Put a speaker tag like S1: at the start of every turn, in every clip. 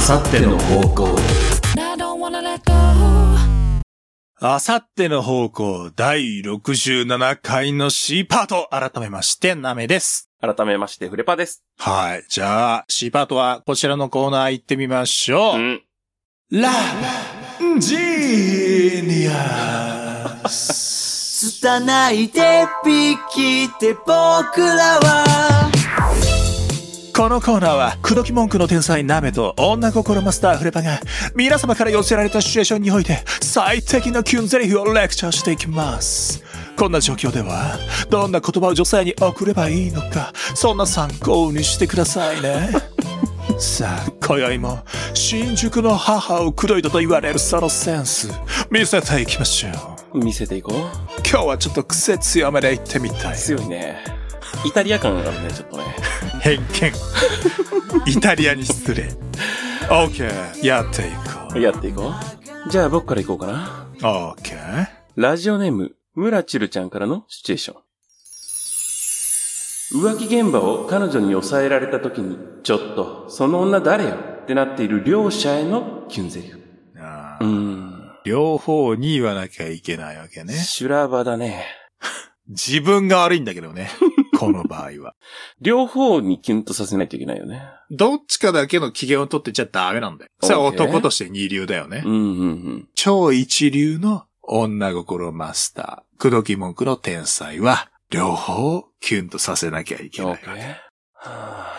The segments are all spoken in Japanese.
S1: さっての方向
S2: I don't wanna let go.
S3: あさっての方向第67回の C パート、改めまして、ナメです。
S4: 改めまして、フレパです。
S3: はい。じゃあ、C パートはこちらのコーナー行ってみましょ
S4: う
S3: う。
S4: ん。
S3: ラ、ジーニアス。
S5: 拙い手引きで僕らは
S3: このコーナーは、口説き文句の天才ナメと女心マスターフレパが、皆様から寄せられたシチュエーションにおいて、最適なキュンゼリフをレクチャーしていきます。こんな状況では、どんな言葉を女性に送ればいいのか、そんな参考にしてくださいね。さあ、今宵も、新宿の母を口説いたと言われるそのセンス、見せていきましょう。
S4: 見せていこう。
S3: 今日はちょっと癖強めで行ってみたい。
S4: 強いね。イタリア感があるね、ちょっとね。
S3: 偏 見イタリアに失礼 OK やっていこ
S4: やっていこう。じゃあ僕からいこうかな。
S3: う OK
S4: ラジオネーム、村チルちゃんからのシチュエーション。浮気現場を彼女に抑えられた時に、ちょっと、その女誰よってなっている両者へのキュンゼリフ。
S3: あ
S4: う
S3: ー
S4: ーん。
S3: 両方に言わなきゃいけないわけね
S4: 修羅場だね。
S3: 自分が悪いんだけ どねこの場合は
S4: 両方にキュンとさせないといけないよね。
S3: どっちかだけの機嫌を取ってちゃダメなんだよそれは
S4: OK
S3: 男として二流だよね、
S4: うんうんうん。
S3: 超一流の女心マスター口説き文句の天才は両方をキュンとさせなきゃいけないわけ
S4: OK。はあ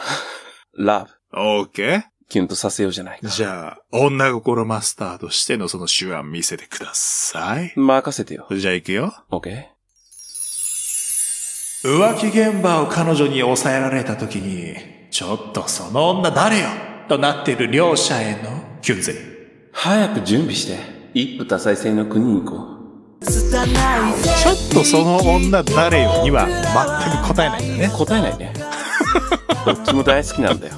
S4: ラブ。
S3: OK?
S4: キュンとさせようじゃないか。
S3: じゃあ、女心マスターとしてのその手腕見せてください。
S4: 任せてよ。
S3: じゃあ行くよ。
S4: OK?
S3: 浮気現場を彼女に抑えられた時に、ちょっとその女誰よとなっている両者へのキュンゼリ。
S4: 早く準備して、一夫多妻制の国に行こう。
S5: 拙い
S3: ちょっとその女誰よには全く答えないんだね。
S4: 答えない ね。どっちも大好きなんだよ。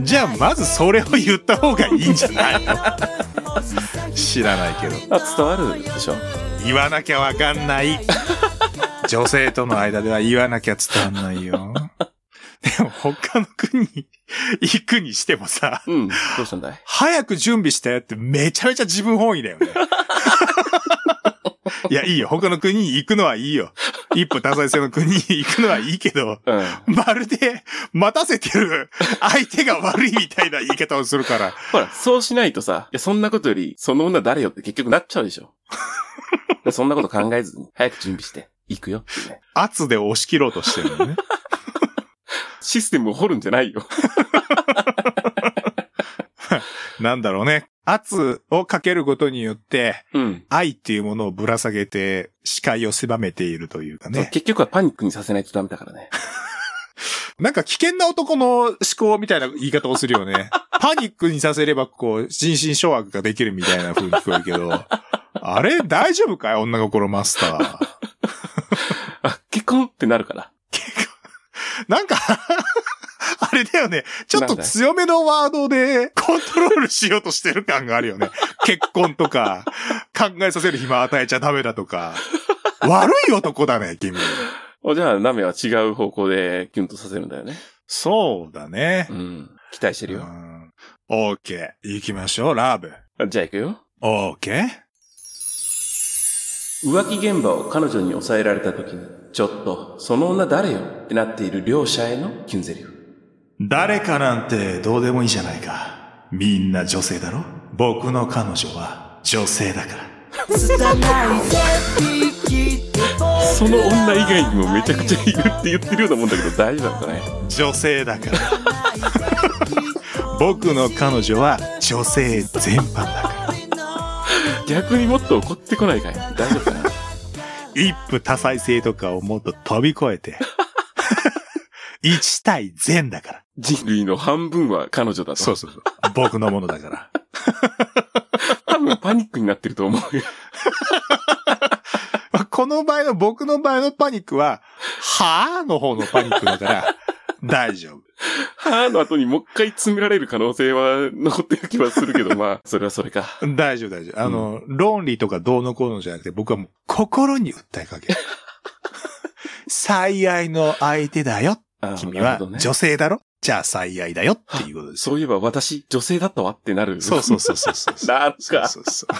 S3: じゃあまずそれを言った方がいいんじゃないの知らないけど。
S4: あ、伝わるでしょ。
S3: 言わなきゃわかんない。女性との間では言わなきゃ伝わんないよ。でも他の国に行くにしてもさ、
S4: うん。どうしたんだい
S3: 早く準備してってめちゃめちゃ自分本位だよね。 いや、いいよ。他の国に行くのはいいよ。一歩多妻制の国に行くのはいいけど、
S4: うん。
S3: まるで待たせてる相手が悪いみたいな言い方をするから。
S4: ほら、そうしないとさ、いや、そんなことより、その女誰よって結局なっちゃうでしょ。 そんなこと考えずに、早く準備して、行くよってね。
S3: 圧で押し切ろうとしてるの ね。
S4: システムを掘るんじゃないよ。
S3: なんだろうね。圧をかけることによって、
S4: うん。
S3: 愛っていうものをぶら下げて、視界を狭めているというか
S4: そう
S3: ね。
S4: 結局はパニックにさせないとダメだからね。
S3: なんか危険な男の思考みたいな言い方をするよね。 パニックにさせれば、こう、人心掌握ができるみたいな風に聞こえるけど。あれ大丈夫かい女心マスター。
S4: あ、結婚ってなるから。
S3: なんか、 あれだよね。ちょっ
S4: な
S3: と
S4: んだい
S3: 強めのワードでコントロールしようとしてる感があるよね。結婚とか、考えさせる暇与えちゃダメだとか。悪い男だね、君。
S4: お、じゃあ、ナメは違う方向でキュンとさせるんだよね。
S3: そうだね
S4: う。ん。期待してる
S3: う
S4: よ。
S3: んオーケー。行きましょう、ラブ。
S4: あじゃあ行くよ。
S3: オーケー。
S4: 浮気現場を彼女に抑えられた時に、ちょっと、その女誰よってなっている両者へのキュンゼリフ。
S3: 誰かなんてどうでもいいじゃないか。みんな女性だろ僕の彼女は女性だから。
S5: 拙い手引きで僕らは
S4: その女以外にもめちゃくちゃいるって言ってるようなもんだけど大丈夫だったね。
S3: 女性だから。僕の彼女は女性全般だから。
S4: 逆にもっと怒ってこないかい大丈夫か な
S3: 一夫多妻制とかをもっと飛び越えて。一対全だから。
S4: 人類の半分は彼女だと。
S3: そうそうそう。僕のものだから。
S4: 多分パニックになってると思うよ。
S3: まあこの場合の、僕の場合のパニックは、はぁの方のパニックだから、大丈夫。
S4: はーの後にもう一回詰められる可能性は残ってる気はするけど、まあ、それはそれか。
S3: 大丈夫、大丈夫。あの、論理とかどうのこうのじゃなくて、僕はもう心に訴えかける。最愛の相手だよ。
S4: あー
S3: 君は
S4: なるほどね
S3: 女性だろじゃあ最愛だよっていうことです。
S4: そういえば私、女性だったわってなる。
S3: そうそうそうそうそう。
S4: なん
S3: そう
S4: か、
S3: そうそう。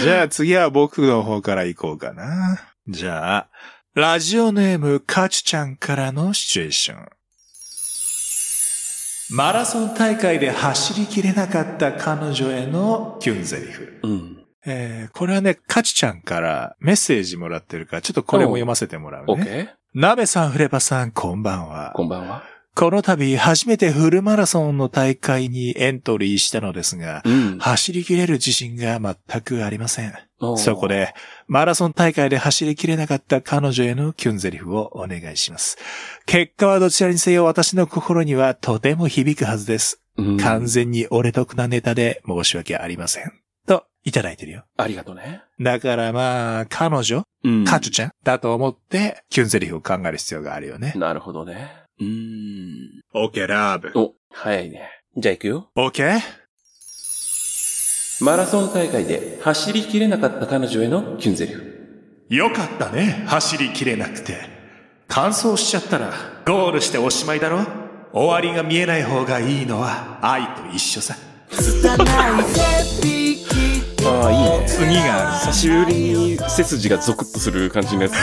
S3: じゃあ次は僕の方から行こうかな。じゃあ、ラジオネームカチュちゃんからのシチュエーション。マラソン大会で走りきれなかった彼女へのキュンゼリフ。
S4: うん。
S3: えー、これはね、カチュちゃんからメッセージもらってるから、ちょっとこれも読ませてもら
S4: オ
S3: う
S4: ッケ
S3: ね。
S4: ー
S3: 鍋さん、フレパさん、こんばんは。
S4: こんばんは。
S3: この度、初めてフルマラソンの大会にエントリーしたのですが、
S4: うん。
S3: 走り切れる自信が全くありません。
S4: おー
S3: そこ。で、マラソン大会で走りきれなかった彼女へのキュンゼリフをお願いします。結果はどちらにせよ私の心にはとても響くはずです。
S4: うん
S3: 完全に俺得なネタで申し訳ありません。と、いただいてるよ。
S4: ありがとうね。
S3: だからまあ、彼女
S4: うん
S3: カチュちゃんだと思って、キュンゼリフを考える必要があるよね。
S4: なるほどね。うーん。
S3: オッケーラブ。
S4: お、早いね。じゃあ行くよ。
S3: オッケー
S4: マラソン大会で走りきれなかった彼女へのキュンゼリフ。
S3: よかったね、走りきれなくて。完走しちゃったら、ゴールしておしまいだろ終わりが見えない方がいいのは愛と一緒さ。
S5: 拙い鉄壁って僕ら
S4: ああ、いいね。
S3: 次が、
S4: 久しぶりに背筋がゾクッとする感じのやつ。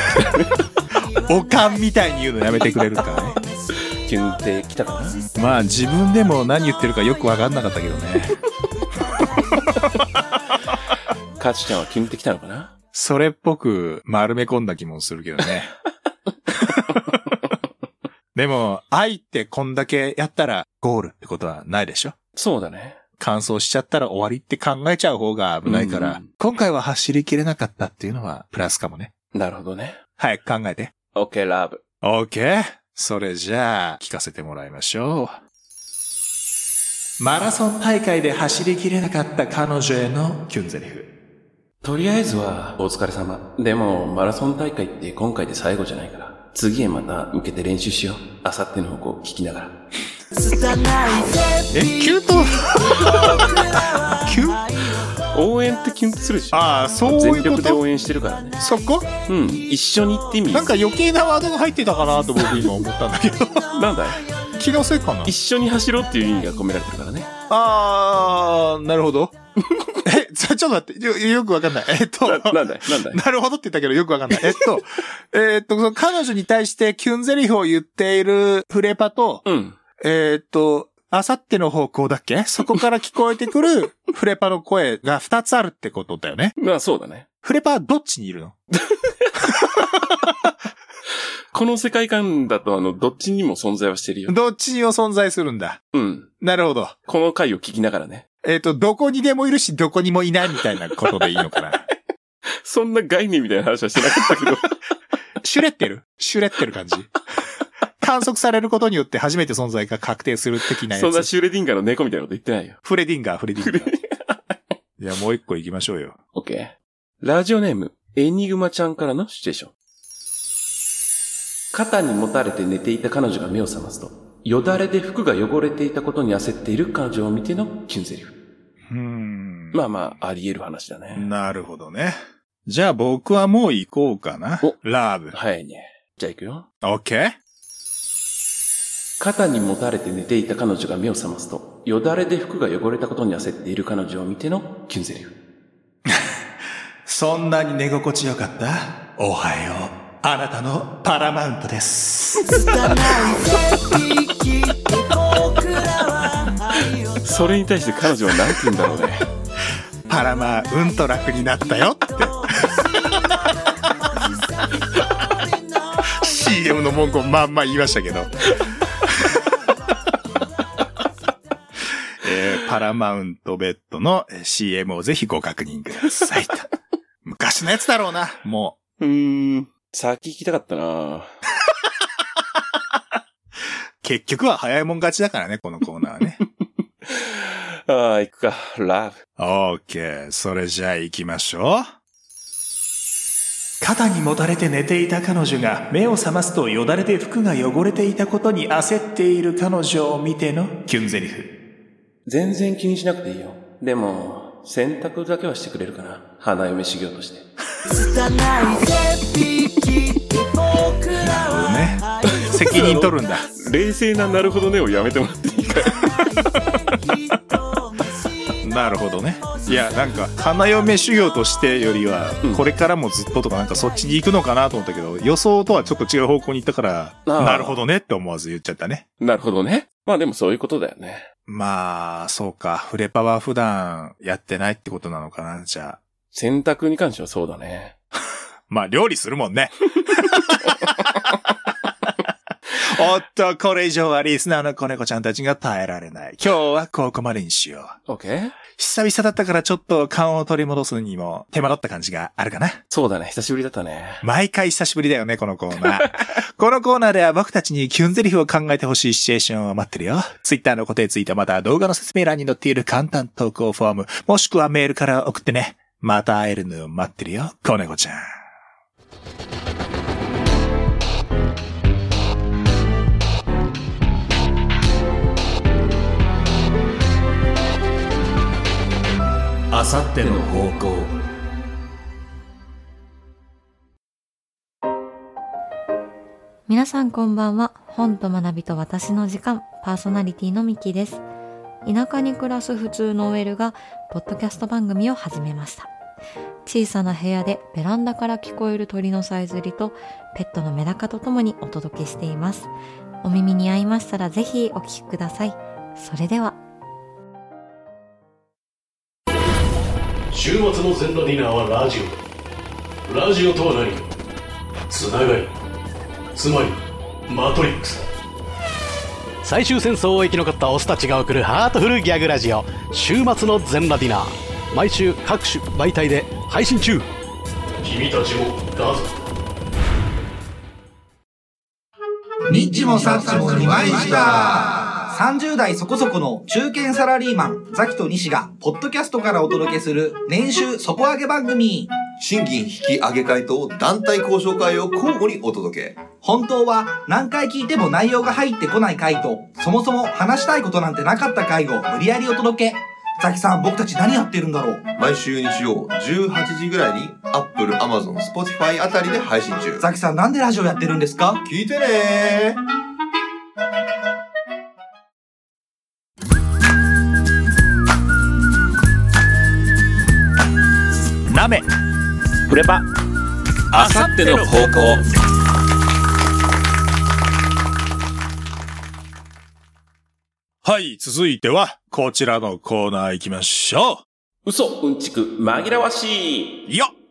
S3: おかんみたいに言うのやめてくれるから ね。
S4: キュンってきたかな
S3: まあ自分でも何言ってるかよくわかんなかったけどね。
S4: カチちゃんはキュンってきたのかな
S3: それっぽく丸め込んだ気もするけど ね。でも、愛ってこんだけやったらゴールってことはないでしょ
S4: そうだね。
S3: 乾燥しちゃったら終わりって考えちゃう方が危ないから、
S4: うん
S3: 今回は走りきれなかったっていうのはプラスかもね。
S4: なるほどね。
S3: 早く考えて。
S4: オッケーラブ。
S3: OK! それじゃあ、聞かせてもらいましょう。マラソン大会で走りきれなかった彼女へのキュンゼリフ。
S4: とりあえずは、お疲れ様。でも、マラソン大会って今回で最後じゃないから、次へまた向けて練習しよう。あさっての方向聞きながら。
S5: 拙い鉄
S3: キュート
S5: 壁
S3: キュー
S4: 応援ってキュンとするでしょ
S3: ああ、そうい
S4: 全
S3: うこ
S4: 力で
S3: と
S4: 応援してるからね。
S3: そこ
S4: うん。一緒に行ってみる
S3: なんか余計なワードが入ってたかなと僕今思ったんだ けど。
S4: なんだい
S3: 気のせいかな
S4: 一緒に走ろうっていう意味が込められてるからね。
S3: あー、なるほど。 え、ちょちょっと待って、よ、よくわかんない。えっと、
S4: ななんだいなんだい
S3: なるほどって言ったけどよくわかんない。えっと、 えっと、その彼女に対してキュンゼリフを言っているフレパと、
S4: うん。
S3: えっと、あさっての方向だっけそこから聞こえてく るフレパの声が2つあるってことだよね。
S4: まあそうだね。
S3: フレパはどっちにいるの
S4: この世界観だと、あの、どっちにも存在はしてるよ。
S3: どっちにも存在するんだ。
S4: うん。
S3: なるほど。
S4: この回を聞きながらね。
S3: えっ、と、どこにでもいるし、どこにもいないみたいなことでいいのか な。
S4: そんな概念みたいな話はしてなかったけど。
S3: シュレってるシュレってる感じ。 観測されることによって初めて存在が確定する的なやつ。
S4: そんなシュレディンガーの猫みたいなこと言ってないよ。
S3: フレディンガー、フレディンガー。いや、もう一個行きましょうよ。
S4: オッケー。ラジオネーム、エニグマちゃんからのシチュエーション。肩に持たれて寝ていた彼女が目を覚ますと、よだれで服が汚れていたことに焦っている彼女を見てのキュンゼリフ。
S3: うーん
S4: まあまあ、あり得る話だね。
S3: なるほどね。じゃあ僕はもう行こうかな
S4: お。
S3: ラブ。
S4: 早いね。じゃあ行くよ。
S3: オッケー
S4: 肩に持たれて寝ていた彼女が目を覚ますと、よだれで服が汚れたことに焦っている彼女を見てのキュンゼリフ。
S3: そんなに寝心地よかったおはよう。あなたのパラマウントです。
S5: 拙い鉄壁って僕らは愛を
S4: それに対して彼女は何て言うんだろう ね。
S3: パラマうんと楽になったよって。CM の文句をまんま言いましたけど。えーパラマウントベッドのえー CM をぜひご確認くださいと。昔のやつだろうな、もう。
S4: うーん。先聞きたかったな
S3: 結局は早いもん勝ちだからね、このコーナーはね。
S4: ああ、行くか。ラブ。
S3: オーケー、それじゃあ行きましょう。肩にもたれて寝ていた彼女が目を覚ますとよだれで服が汚れていたことに焦っている彼女を見てのキュンゼリフ。
S4: 全然気にしなくていいよ。でも、洗濯だけはしてくれるかな。花嫁修行として。
S5: 拙い鉄壁って僕らは愛を
S3: 責任取るんだ。
S1: 冷静ななるほどねをやめてもらっていいか
S3: なるほどね。いや、なんか、花嫁修行としてよりは
S4: うん、
S3: これからもずっととか、なんかそっちに行くのかなと思ったけど、予想とはちょっと違う方向に行ったから、
S4: あー
S3: なるほどねって思わず言っちゃったね。
S4: なるほどね。まあでもそういうことだよね。
S3: まあ、そうか。フレパは普段やってないってことなのかな、じゃあ。
S4: 洗濯に関してはそうだね。
S3: まあ、料理するもんね。おっと、これ以上はリスナーの子猫ちゃんたちが耐えられない。今日はここまでにしよう。
S4: OK?
S3: 久々だったからちょっと勘を取り戻すにも手間取った感じがあるかな。
S4: そうだね。久しぶりだったね。
S3: 毎回久しぶりだよね、このコーナー。このコーナーでは僕たちにキュンゼリフを考えてほしいシチュエーションを待ってるよ。ツイッターの固定ツイートまたは動画の説明欄に載っている簡単投稿フォーム、もしくはメールから送ってね。また会えるのを待ってるよ、子猫ちゃん。あさっての方向。
S6: 皆さんこんばんは本と学びと私の時間パーソナリティのミキです田舎に暮らす普通の OL がポッドキャスト番組を始めました小さな部屋でベランダから聞こえる鳥のさえずりとペットのメダカとともにお届けしていますお耳に合いましたらぜひお聞きくださいそれでは
S7: 週末の全ロディナーはラジオラジオとは何かつながりつまりマトリックスだ
S8: 最終戦争を生き残ったオスたちが送るハートフルギャグラジオ週末の全ラディナー毎週各種媒体で配信中
S7: 君たちもだぞ
S9: ニッチもサッチも2枚した30代そこそこの中堅サラリーマン、ザキと西が、ポッドキャストからお届けする、年収底上げ番組。
S10: 賃金引き上げ会と団体交渉会を交互にお届け。
S9: 本当は、何回聞いても内容が入ってこない回と、そもそも話したいことなんてなかった回を無理やりお届け。ザキさん、僕たち何やってるんだろう
S10: 毎週日曜18時ぐらいに Apple、Amazon、Spotify あたりで配信中。
S9: ザキさん、なんでラジオやってるんですか
S10: 聞いてねー
S3: なめ
S4: フレパあさっての方向
S3: はい、続いては、こちらのコーナー行きましょ
S4: 嘘、うんちく、紛らわしい。
S3: うよっ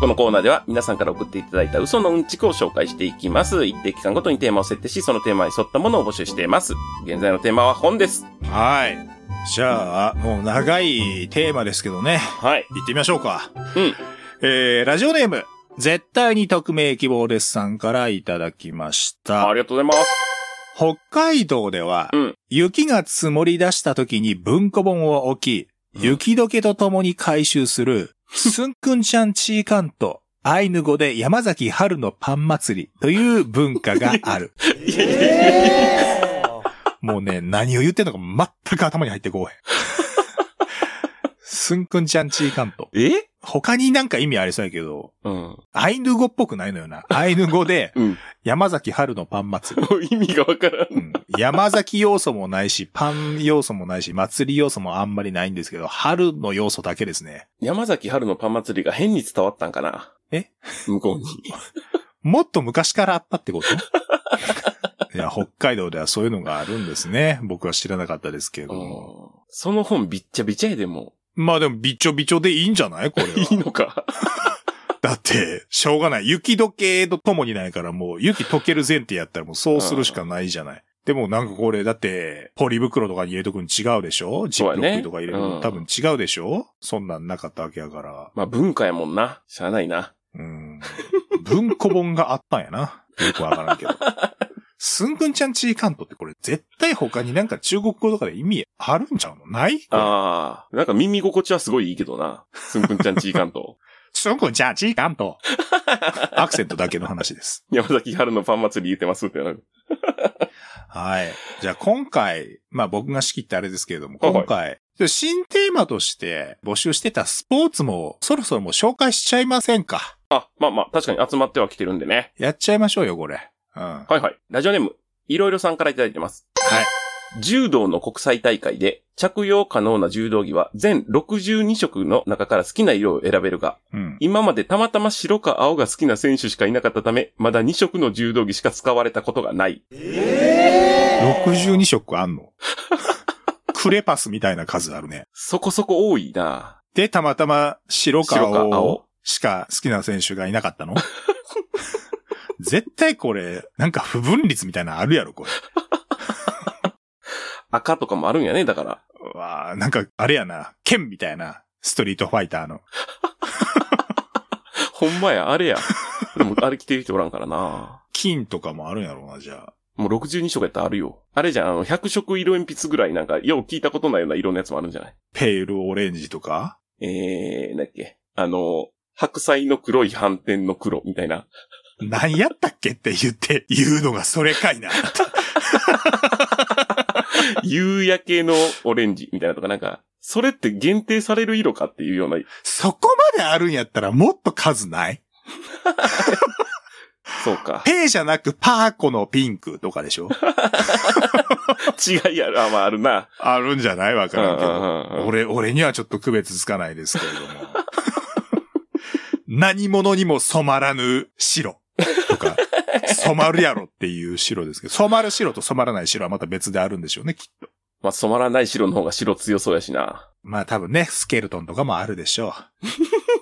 S4: このコーナーでは皆さんから送っていただいた嘘のうんちくを紹介していきます。一定期間ごとにテーマを設定し、そのテーマに沿ったものを募集しています。現在のテーマは本です。
S3: はい。じゃあ、もう長いテーマですけどね。
S4: はい。
S3: 行ってみましょうか。
S4: うん。
S3: えー、ラジオネーム、絶対に匿名希望ですさんからいただきました
S4: あ。りがとうございます。
S3: 北海道では、
S4: うん
S3: 雪が積もり出した時に文庫本を置き、雪解けとともに回収する、すんくんちゃんちーかんと、アイヌ語で山崎春のパン祭りという文化 がある。もうね、何を言ってんのか全く頭に入ってこい。すんくんちゃんちーかんと。
S4: え
S3: 他になんか意味ありそうやけど、
S4: うん。
S3: アイヌ語っぽくないのよな。アイヌ語で、
S4: うん。
S3: 山崎春のパン祭り。
S4: 意味がわからん。
S3: うん山崎要素もないし、パン要素もないし、祭り要素もあんまりないんですけど、春の要素だけですね。
S4: 山崎春のパン祭りが変に伝わったんかな
S3: え
S4: 向 こうに。
S3: もっと昔からあったってこと いや、北海道ではそういうのがあるんですね。僕は知らなかったですけれども。
S4: その本びっちゃびちゃやでも
S3: まあでも、びちょびちょでいいんじゃないこれ
S4: いい
S3: は。
S4: のか。
S3: だって、しょうがない。雪解けとともにないから、もう雪解ける前提やったらもうそうするしかないじゃない。でもなんかこれ、だって、ポリ袋とかに入れとくん違うでしょジップロックとか入れる
S4: うん
S3: の多分違うでしょそんなんなかったわけやから。
S4: まあ文化やもんな。しゃあないな。
S3: うん。文庫本があったんやな。よくわからんけど。すんくんちゃんちーカントってこれ絶対他になんか中国語とかで意味あるんちゃうのない
S4: ああ。なんか耳心地はすごいいいけどな。すんくんちゃんちいかん と。
S3: すんくんちゃんちーカン ト。アクセントだけの話です。
S4: 山崎春のパン祭り言ってますってなる。
S3: はい。じゃあ今回、まあ僕が仕切ってあれですけれども、
S4: はいはい
S3: 今回、新テーマとして募集してたスポーツもそろそろもう紹介しちゃいませんか。
S4: あ、まあまあ、確かに集まっては来てるんでね。
S3: やっちゃいましょうよ、これ。うん。
S4: はいはい。ラジオネーム、いろいろさんからいただいてます。
S3: はい。
S4: 柔道の国際大会で、着用可能な柔道着は全62色の中から好きな色を選べるが、
S3: うん。
S4: 今までたまたま白か青が好きな選手しかいなかったため、まだ2色の柔道着しか使われたことがない。
S3: 62色あんの クレパスみたいな数あるね。
S4: そこそこ多いな
S3: で、たまたま白か
S4: 白か
S3: 青
S4: 青
S3: しか好きな選手がいなかったの 絶対これ、なんか不分率みたいなのあるやろ、これ。
S4: 赤とかもあるんやね、だから。
S3: うわあなんか、あれやな、剣みたいな、ストリートファイターの。
S4: ほんまや、あれや。でも、あれ着てる人おらんからな
S3: 金とかもあるんやろうな、じゃあ。
S4: もう62色やったらあるよ。あれじゃん、あの、100色色鉛筆ぐらいなんか、よう聞いたことないような色のやつもあるんじゃない
S3: ペールオレンジとか
S4: えー、なんだっけ。あの、白菜の黒い斑点の黒みたいな。
S3: 何やったっけって言って、言うのがそれかいな。
S4: 夕焼けのオレンジみたいなとかなんか、それって限定される色かっていうような、
S3: そこまであるんやったらもっと数ない
S4: そうか。
S3: ペーじゃなくパーコのピンクとかでしょ
S4: 違いある、あ、まああるな。
S3: あるんじゃないわからんけ
S4: うんうんうんう
S3: ど。
S4: ん
S3: 俺、俺にはちょっと区別つかないですけれども。 何者にも染まらぬ白とか、染まるやろっていう白ですけど、染まる白と染まらない白はまた別であるんでしょうね、きっと。
S4: まあ染まらない白の方が白強そうやしな。
S3: まあ多分ね、スケルトンとかもあるでしょ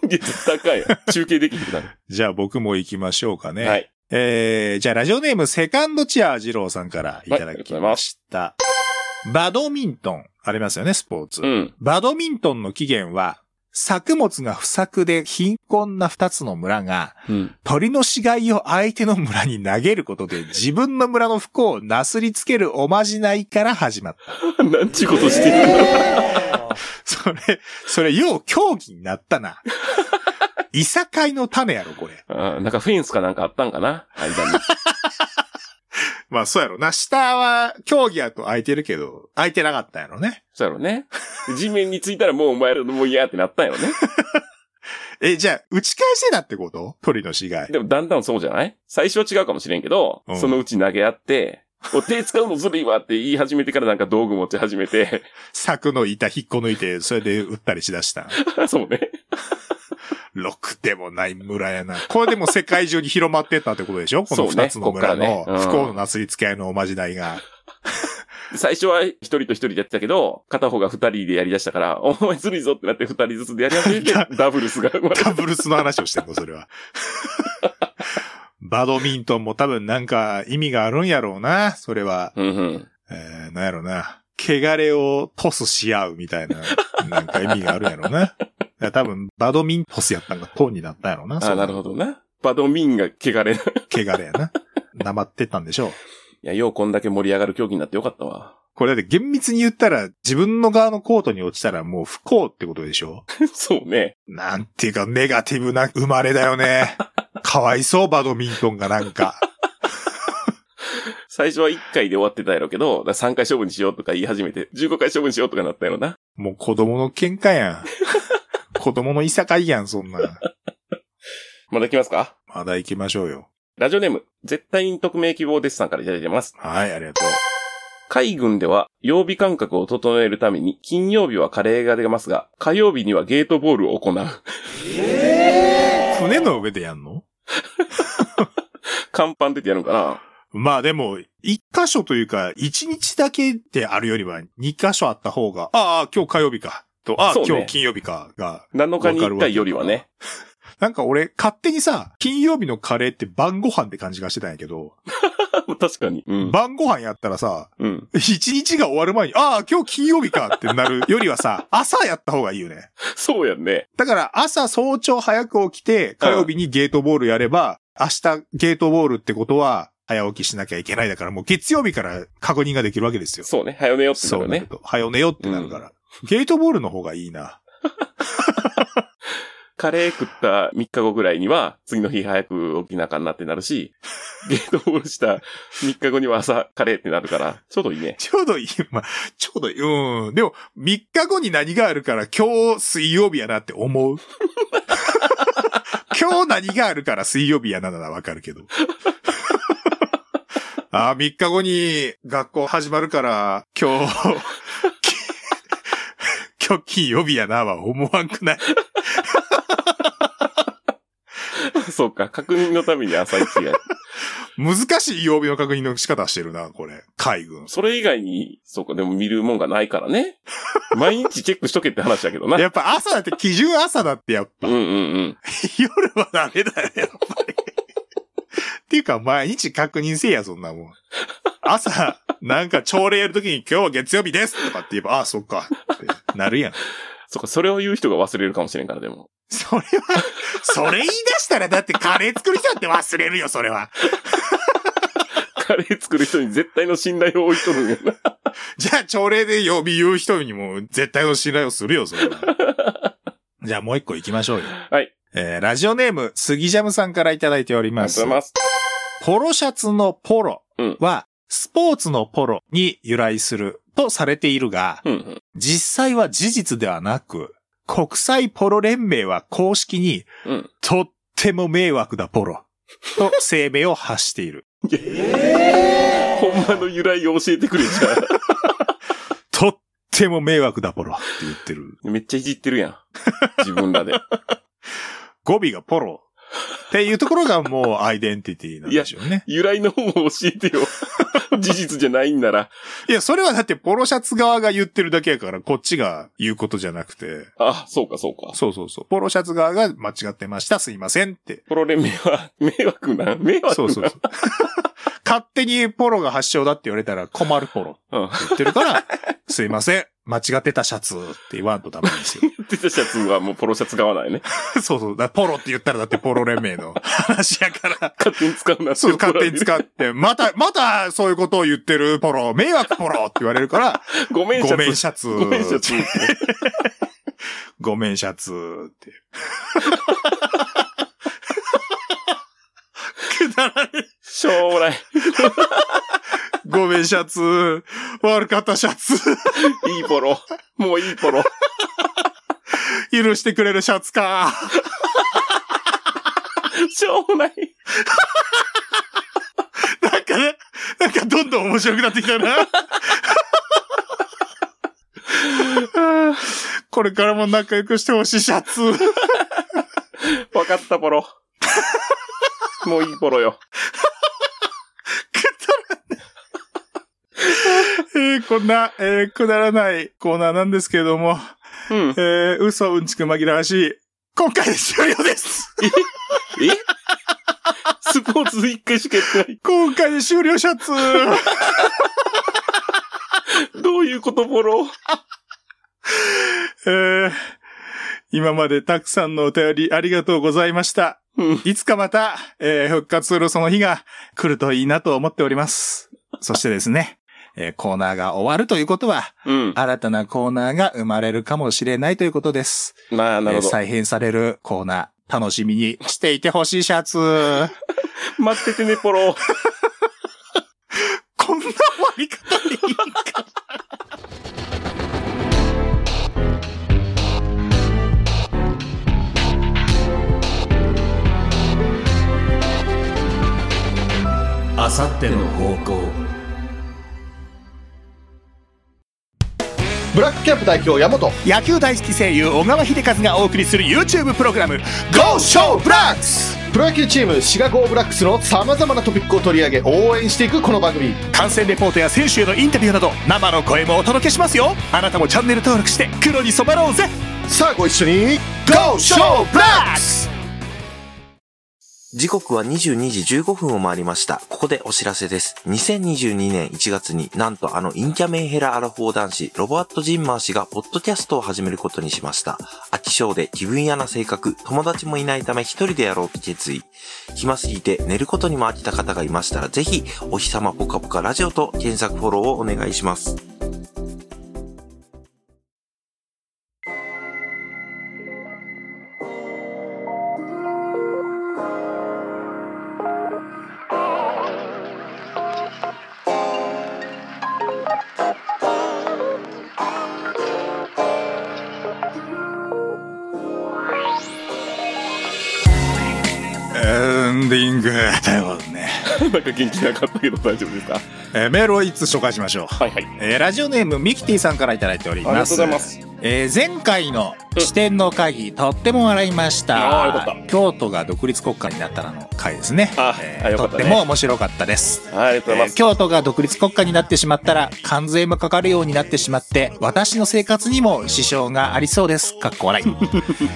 S4: 絶対高いやん。中継できんくな る。
S3: う。じゃあ僕も行きましょうかね。
S4: はい。
S3: えー、じゃあラジオネームセカンドチアー二郎さんからいただきました。バドミントン、ありますよね、スポーツ。
S4: うん。
S3: バドミントンの起源は、作物が不作で貧困な二つの村が、
S4: うん。
S3: 鳥の死骸を相手の村に投げることで自分の村の不幸をなすりつけるおまじないから始まった。
S4: なんちゅうことしてるんだ。
S3: それ、それ、よう競技になったな。いさかいの種やろ、これ。
S4: あーなんかフェンスかなんかあったんかな 間に。
S3: まあ、そうやろな。下は競技やと空いてるけど、空いてなかったんやろね。
S4: そうやろね。地面についたらもうお前らのもう嫌ってなったんやろね。
S3: え、じゃあ、打ち返せたってこと鳥の死骸。
S4: でもだんだんそうじゃない最初は違うかもしれんけど、
S3: うん
S4: そのうち投げ合って、お手使うのずるいわって言い始めてからなんか道具持ち始めて、
S3: 柵の板引っこ抜いて、それで打ったりしだしたん。
S4: そうね。
S3: ろくでもない村やな。これでも世界中に広まってったってことでし ょこの
S4: そうね
S3: 二つの村の
S4: こっからね
S3: 不
S4: うん
S3: 幸のなすりつけ合いのおまじないが。
S4: 最初は一人と一人でやってたけど、片方が二人でやりだしたから、 お前ずるいぞってなって二人ずつでやり始めて、 ダブルスが生まれ
S3: ダ
S4: た。
S3: ブルスの話をしてんの、それは。 バドミントンも多分なんか意味があるんやろうな、それは。
S4: うんうん。
S3: えー、なんやろうな。汚れをトスし合うみたいな、なんか意味があるんやろうな。いや多分、バドミントスやったんがトンになったんやろうな。
S4: あ、なるほどな。バドミンが汚 れな。い
S3: ど。汚れやな。なまってったんでしょう。
S4: や、ようこんだけ盛り上がる競技になってよかったわ。
S3: これだって厳密に言ったら、自分の側のコートに落ちたらもう不幸ってことでしょ
S4: そうね。
S3: なんていうか、ネガティブな生まれだよ ね。かわいそう、バドミントンがなんか。
S4: 最初は1回で終わってたやろうけど、3回処分しようとか言い始めて、15回処分しようとかなったやろな。
S3: もう子供の喧嘩やん。子供のいさかいやん、そんなん。
S4: まだ来ますか
S3: まだ行きましょうよ。
S4: ラジオネーム、絶対に匿名希望ですさんからいただいてます。
S3: はい、ありがとう。
S4: 海軍では曜日感覚を整えるために金曜日はカレーが出ますが、火曜日にはゲートボールを行う。
S3: 船の上でやんの
S4: 乾パンってやるのかな
S3: まあでも、一箇所というか、一日だけであるよりは、二箇所あった方が、ああ、今日火曜日か。と、ああ、
S4: そうね
S3: 今日金曜日か。が、
S4: ?7 日に1回よりはね。
S3: なんか俺、勝手にさ、金曜日のカレーって晩ご飯って感じがしてたんやけど、
S4: 確かに。うん。
S3: 晩ご飯やったらさ、
S4: うん。
S3: 一日が終わる前に、ああ、今日金曜日かってなるよりはさ、朝やった方がいいよね。
S4: そうやんね。
S3: だから朝早朝早く起きて、火曜日にゲートボールやれば、明日ゲートボールってことは、早起きしなきゃいけないだから、もう月曜日から確認ができるわけですよ。
S4: そうね。早寝よってな
S3: そ
S4: る
S3: う
S4: よ
S3: なる
S4: ね。
S3: と。早寝よってなるから。ゲートボールの方がいいな。
S4: カレー食った3日後ぐらいには、次の日早く起きなあかんなってな るし、ゲートボールした3日後には朝カレーってなるから、ちょうどい いね。
S3: ちょうどいい。まあ、ちょうどいい。うん。でも、3日後に何があるから、今日水曜日やなって思う。今日何があるから水曜日やなならわかるけど。 あー、3日後に学校始まるから、今日、 き今日金曜日やなは思わんくない。
S4: そうか、確認のために朝一 が。
S3: 難しい曜日の確認の仕方してるな、これ。海軍。
S4: それ以外に、そうか、でも見るもんがないからね。毎日チェックしとけって話だけどな。
S3: やっぱ朝だって、基準朝だってやっぱ。
S4: うんうんうん。
S3: 夜はダメだよ、やっぱり。っていうか、毎日確認せえや、そんなもん。朝、なんか朝礼やるときに今日は月曜日ですとかって言えば、ああ、そっか、ってなるやん。
S4: そうか、それを言う人が忘れるかもしれんから、でも。
S3: それは、それ言い出したらだってカレー作る人だって忘れるよ、それは。
S4: カレー作る人に絶対の信頼を置いとるんやな。
S3: じゃあ朝礼で曜日言う人にも絶対の信頼をするよ、それは。じゃあもう一個行きましょうよ。
S4: はい。
S3: えー、ラジオネーム、杉ジャムさんからいただいており
S4: ありが
S3: ま
S4: と
S3: す。
S4: うございます。
S3: ポロシャツのポロ
S4: うん
S3: は、スポーツのポロに由来するとされているが、
S4: うんうん。
S3: 実際は事実ではなく、国際ポロ連盟は公式に、
S4: うん
S3: とっても迷惑だポロ、と声明を発している。
S4: ほんまの由来を教えてくれじゃ
S3: とっても迷惑だポロって言ってる。
S4: ん。めっちゃいじってるやん。自分らで。
S3: 語尾がポロ。っていうところがもうアイデンティティなんでしょうね。
S4: 由来の方を教えてよ。事実じゃないんなら。
S3: いや、それはだってポロシャツ側が言ってるだけやから、こっちが言うことじゃなくて。
S4: あ、そうかそうか。
S3: そうそうそう。ポロシャツ側が間違ってました。すいませんって。
S4: ポロ連盟は迷惑なん迷惑なん
S3: そうそうそう。 勝手にポロが発祥だって言われたら困るポロって
S4: うん。
S3: 言ってるから、 すいません。間違ってたシャツって言わんとダメですよ。
S4: 出たシャツはもうポロシャツ買わないね。
S3: そうそう。だからポロって言ったらだってポロ連盟の話やから。
S4: 勝手に使うなって
S3: そう、勝手に使って、また、またそういうことを言ってるポロ、迷惑ポロって言われる から、
S4: ごめんシャツ。
S3: ごめんシャツ。
S4: ごめんシャツ。
S3: ごめんシャツって。くだらねえ
S4: 将来、
S3: ごめん、シャツ。悪かった、シャツ。
S4: いいポロ。もういいポロ。
S3: 許してくれるシャツか。
S4: 将来。
S3: なんかね、なんかどんどん面白くなってきたな。 これからも仲良くしてほしいシャツ。
S4: わかったポロ。もういいポロよ。
S3: えーこんな、えーくだらないコーナーなんですけれども、
S4: うん。
S3: えー嘘うんちく紛らわしい、今回で終了です。
S4: えスポーツ一回しかやってな
S3: 今回で終了シャツ。
S4: い。どういうことポロ
S3: えー今までたくさんのお便りありがとうございました。
S4: うん。
S3: いつかまた、えー復活するその日が来るといいなと思っております。そしてですね、えーコーナーが終わるということは、
S4: うん。
S3: 新たなコーナーが生まれるかもしれないということです。
S4: なあ、なる
S3: えー
S4: ほど。
S3: 再編されるコーナー、楽しみにしていてほしいシャツ。
S4: 待っててね、ポロ。
S3: こんな終わり方でいいか。
S5: あさっての方向
S11: ブラックキャンプ代表山本
S12: 野球大好き声優小川秀和がお送りする YouTube プログラム
S11: GO SHOW ブラックスプロ野球チームシガゴーブラックスのさまざまなトピックを取り上げ応援していくこの番組
S12: 観戦レポートや選手へのインタビューなど生の声もお届けしますよあなたもチャンネル登録して黒に染まろうぜ
S11: さあご一緒に GO SHOW ブラックス
S5: 時刻は22時15分を回りました。ここでお知らせです。2022年1月になんとあのインキャメンヘラアラフォー男子ロバート・ジンマー氏がポッドキャストを始めることにしました。飽き性で気分屋な性格、友達もいないため一人でやろうと決意。暇すぎて寝ることにも飽きた方がいましたらぜひお日様ポカポカラジオと検索フォローをお願いします。
S3: エンディングだよね。
S4: なんか元気なかったけど大丈夫ですか
S3: えーメールを一通紹介しましょう。
S4: はいはい。
S3: えーラジオネームミキティさんからいただいております。
S4: ありがとうございます。
S3: えー前回の視点の会議、とっても笑いました。
S4: あーよかっ
S3: 京都が独立国家になったらの回ですね。えー
S4: よか
S3: と
S4: っ
S3: ったて
S4: ね
S3: も面白かったです。
S4: ありがとうございます
S3: えー京都が独立国家になってしまったら、関税もかかるようになってしまって、私の生活にも支障がありそうです。かっこ笑 い。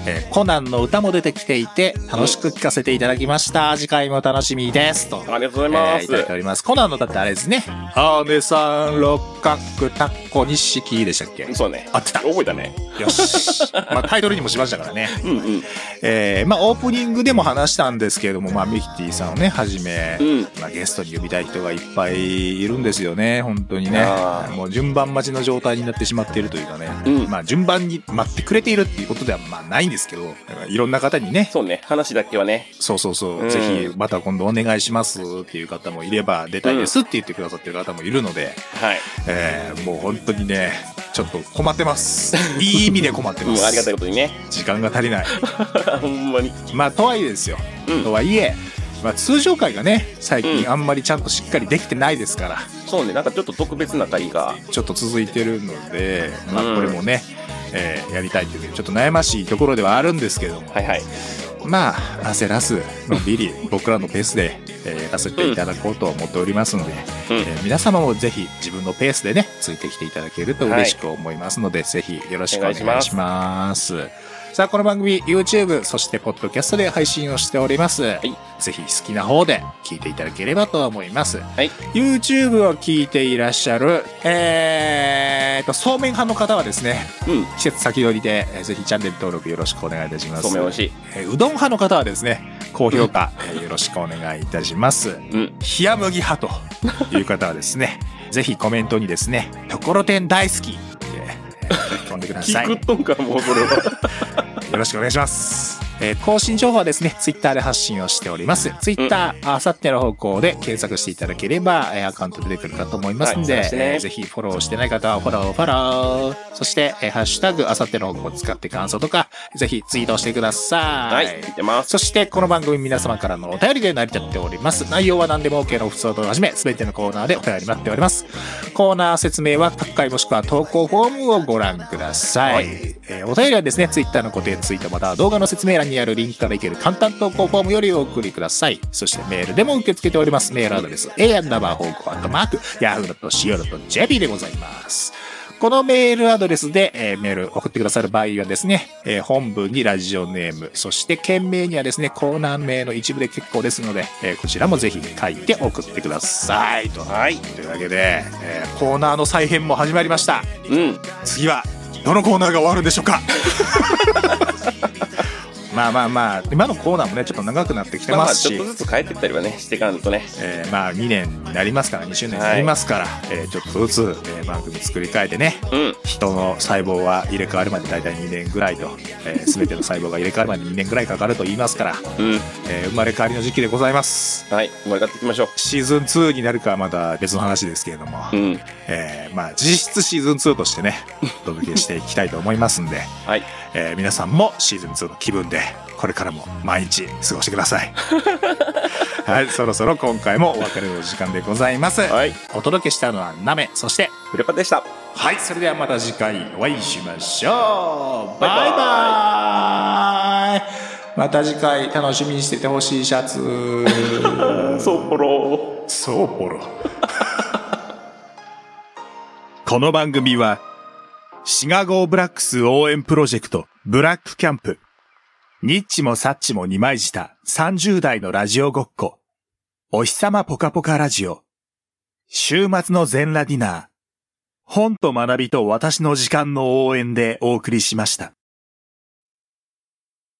S3: えーコナンの歌も出てきていて、楽しく聞かせていただきました。次回も楽しみです。と。
S4: ありがとうござ
S3: え
S4: いま
S3: ーい
S4: す。
S3: ただいております。コナンのだってあれですね。あ姉さん、六角、タコ、錦でしたっけ
S4: そうね。
S3: 合ってた。
S4: 覚えたね。
S3: よし。まあタイトルにもしましたからね。えーまあオープニングでも話したんですけれども、まあミキティさんをね、はじめ、まあゲストに呼びたい人がいっぱいいるんですよね、本当にね。もう順番待ちの状態になってしまっているというかね、まあ順番に待ってくれているっていうことではまあないんですけど、なんかいろんな方にね。
S4: そうね、話だけはね。
S3: そうそうそう、
S4: うん
S3: ぜひまた今度お願いしますっていう方もいれば、出たいですって言ってくださってる方もいるので、
S4: はい。
S3: えーもう本当にね、ちょっと困って ます。いい意味で困ってます。
S4: うんありがたいことにね。
S3: 時間が足りない。
S4: ほんまに。
S3: まあ、とはいえですよ。とはいえ、まあ、通常会がね、最
S4: う
S3: 近
S4: ん
S3: あんまりちゃんとしっかりできてないですから、
S4: そうね、なんかちょっと特別な会が。
S3: ちょっと続いてるので、まあ、これもね、えーやりたいという、ちょっと悩ましいところではあるんですけども、まあ、焦らず、のんび り、僕らのペースで、えーやらせていただこうと思っておりますので、えー皆様もぜひ自分のペースでね、ついてきていただけると嬉しく思いますので、ぜひよろしくお願いします。さあ、この番組、YouTube、そして、ポッドキャストで配信をしております。ぜひ、好きな方で聞いていただければと思います。YouTube を聞いていらっしゃる、えーと、そうめん派の方はですね、季節先取りで、えーぜひチャンネル登録よろしくお願いいたします。
S4: そうめん美味しい
S3: えーうどん派の方はですね、高評価、えーよろしくお願いいたします。冷麦派という方はですね、 ぜひコメントにですね、ところてん大好きってえー書き込んでください。
S4: 聞くとんか、もうそ れは。
S3: よろしくお願いします。えー更新情報はですね、ツイッターで発信をしております。ツイッター、あさっての方向で検索していただければ、えーアカウント出てくるかと思いますので、
S4: はいそうですね
S3: えーぜひフォローしてない方はフォロー、フォロー。そして、えーハッシュタグ、あさっての方向を使って感想とか、ぜひツイートしてください。
S4: はい見
S3: てます。そして、この番組皆様からのお便りで成り立っております。内容は何でも OK の普通とはじめ、すべてのコーナーでお便り待っております。コーナー説明は各回もしくは投稿フォームをご覧ください。えーお便りはですね、ツイッターの固定ツイートまたは動画の説明欄にあるリンクからいける簡単投稿フォームよりお送りください。そしてメールでも受け付けております。メールアドレス、a アンダーバー方向アットマーク、yahoo.co.jp でございます。このメールアドレスで、えーメール送ってくださる場合はですね、えー本文にラジオネーム、そして件名にはですね、コーナー名の一部で結構ですので、えーこちらもぜひ書いて送ってくださいと。はい。というわけで、えーコーナーの再編も始まりました。うん。次は、どのコーナーが終わるんでしょうか まあまあまあ、今のコーナーもね、ちょっと長くなってきて
S4: まあま
S3: ま
S4: あ、
S3: す
S4: ちょ
S3: し
S4: っ、とずつ変えてったりはね、していかんとね。
S3: えーまあ2年になりますから2周年になりますから、えーちょっとずつ、えー番組作り変えてね、人の細胞は入れ替わるまで大体2年ぐらいと、えー、全ての細胞が入れ替わるまで2年ぐらいかかると言いますから、えー生まれ変わりの時期でございます
S4: はい生まれ変わっていきましょう
S3: シーズン2になるかはまた別の話ですけれども、えーまあ実質シーズン2としてねお届けしていきたいと思いますんで、えー皆さんもシーズン2の気分でこれからも毎日過ごしてくださいはい、そろそろ今回もお別れの時間でございます。お届けしたのはナメ、そしてフレパでした。はい、それではまた次回お会いしましょう。バイバイ。また次回楽しみにしててほしいシャツ。 そうポロ。そうポロ。 この番組はシガゴーブラックス応援プロジェクトブラックキャンプ。ニッチもサッチも二枚舌30代のラジオごっこ。お日様ポカポカラジオ。週末の全ラディナー。本と学びと私の時間の応援でお送りしました。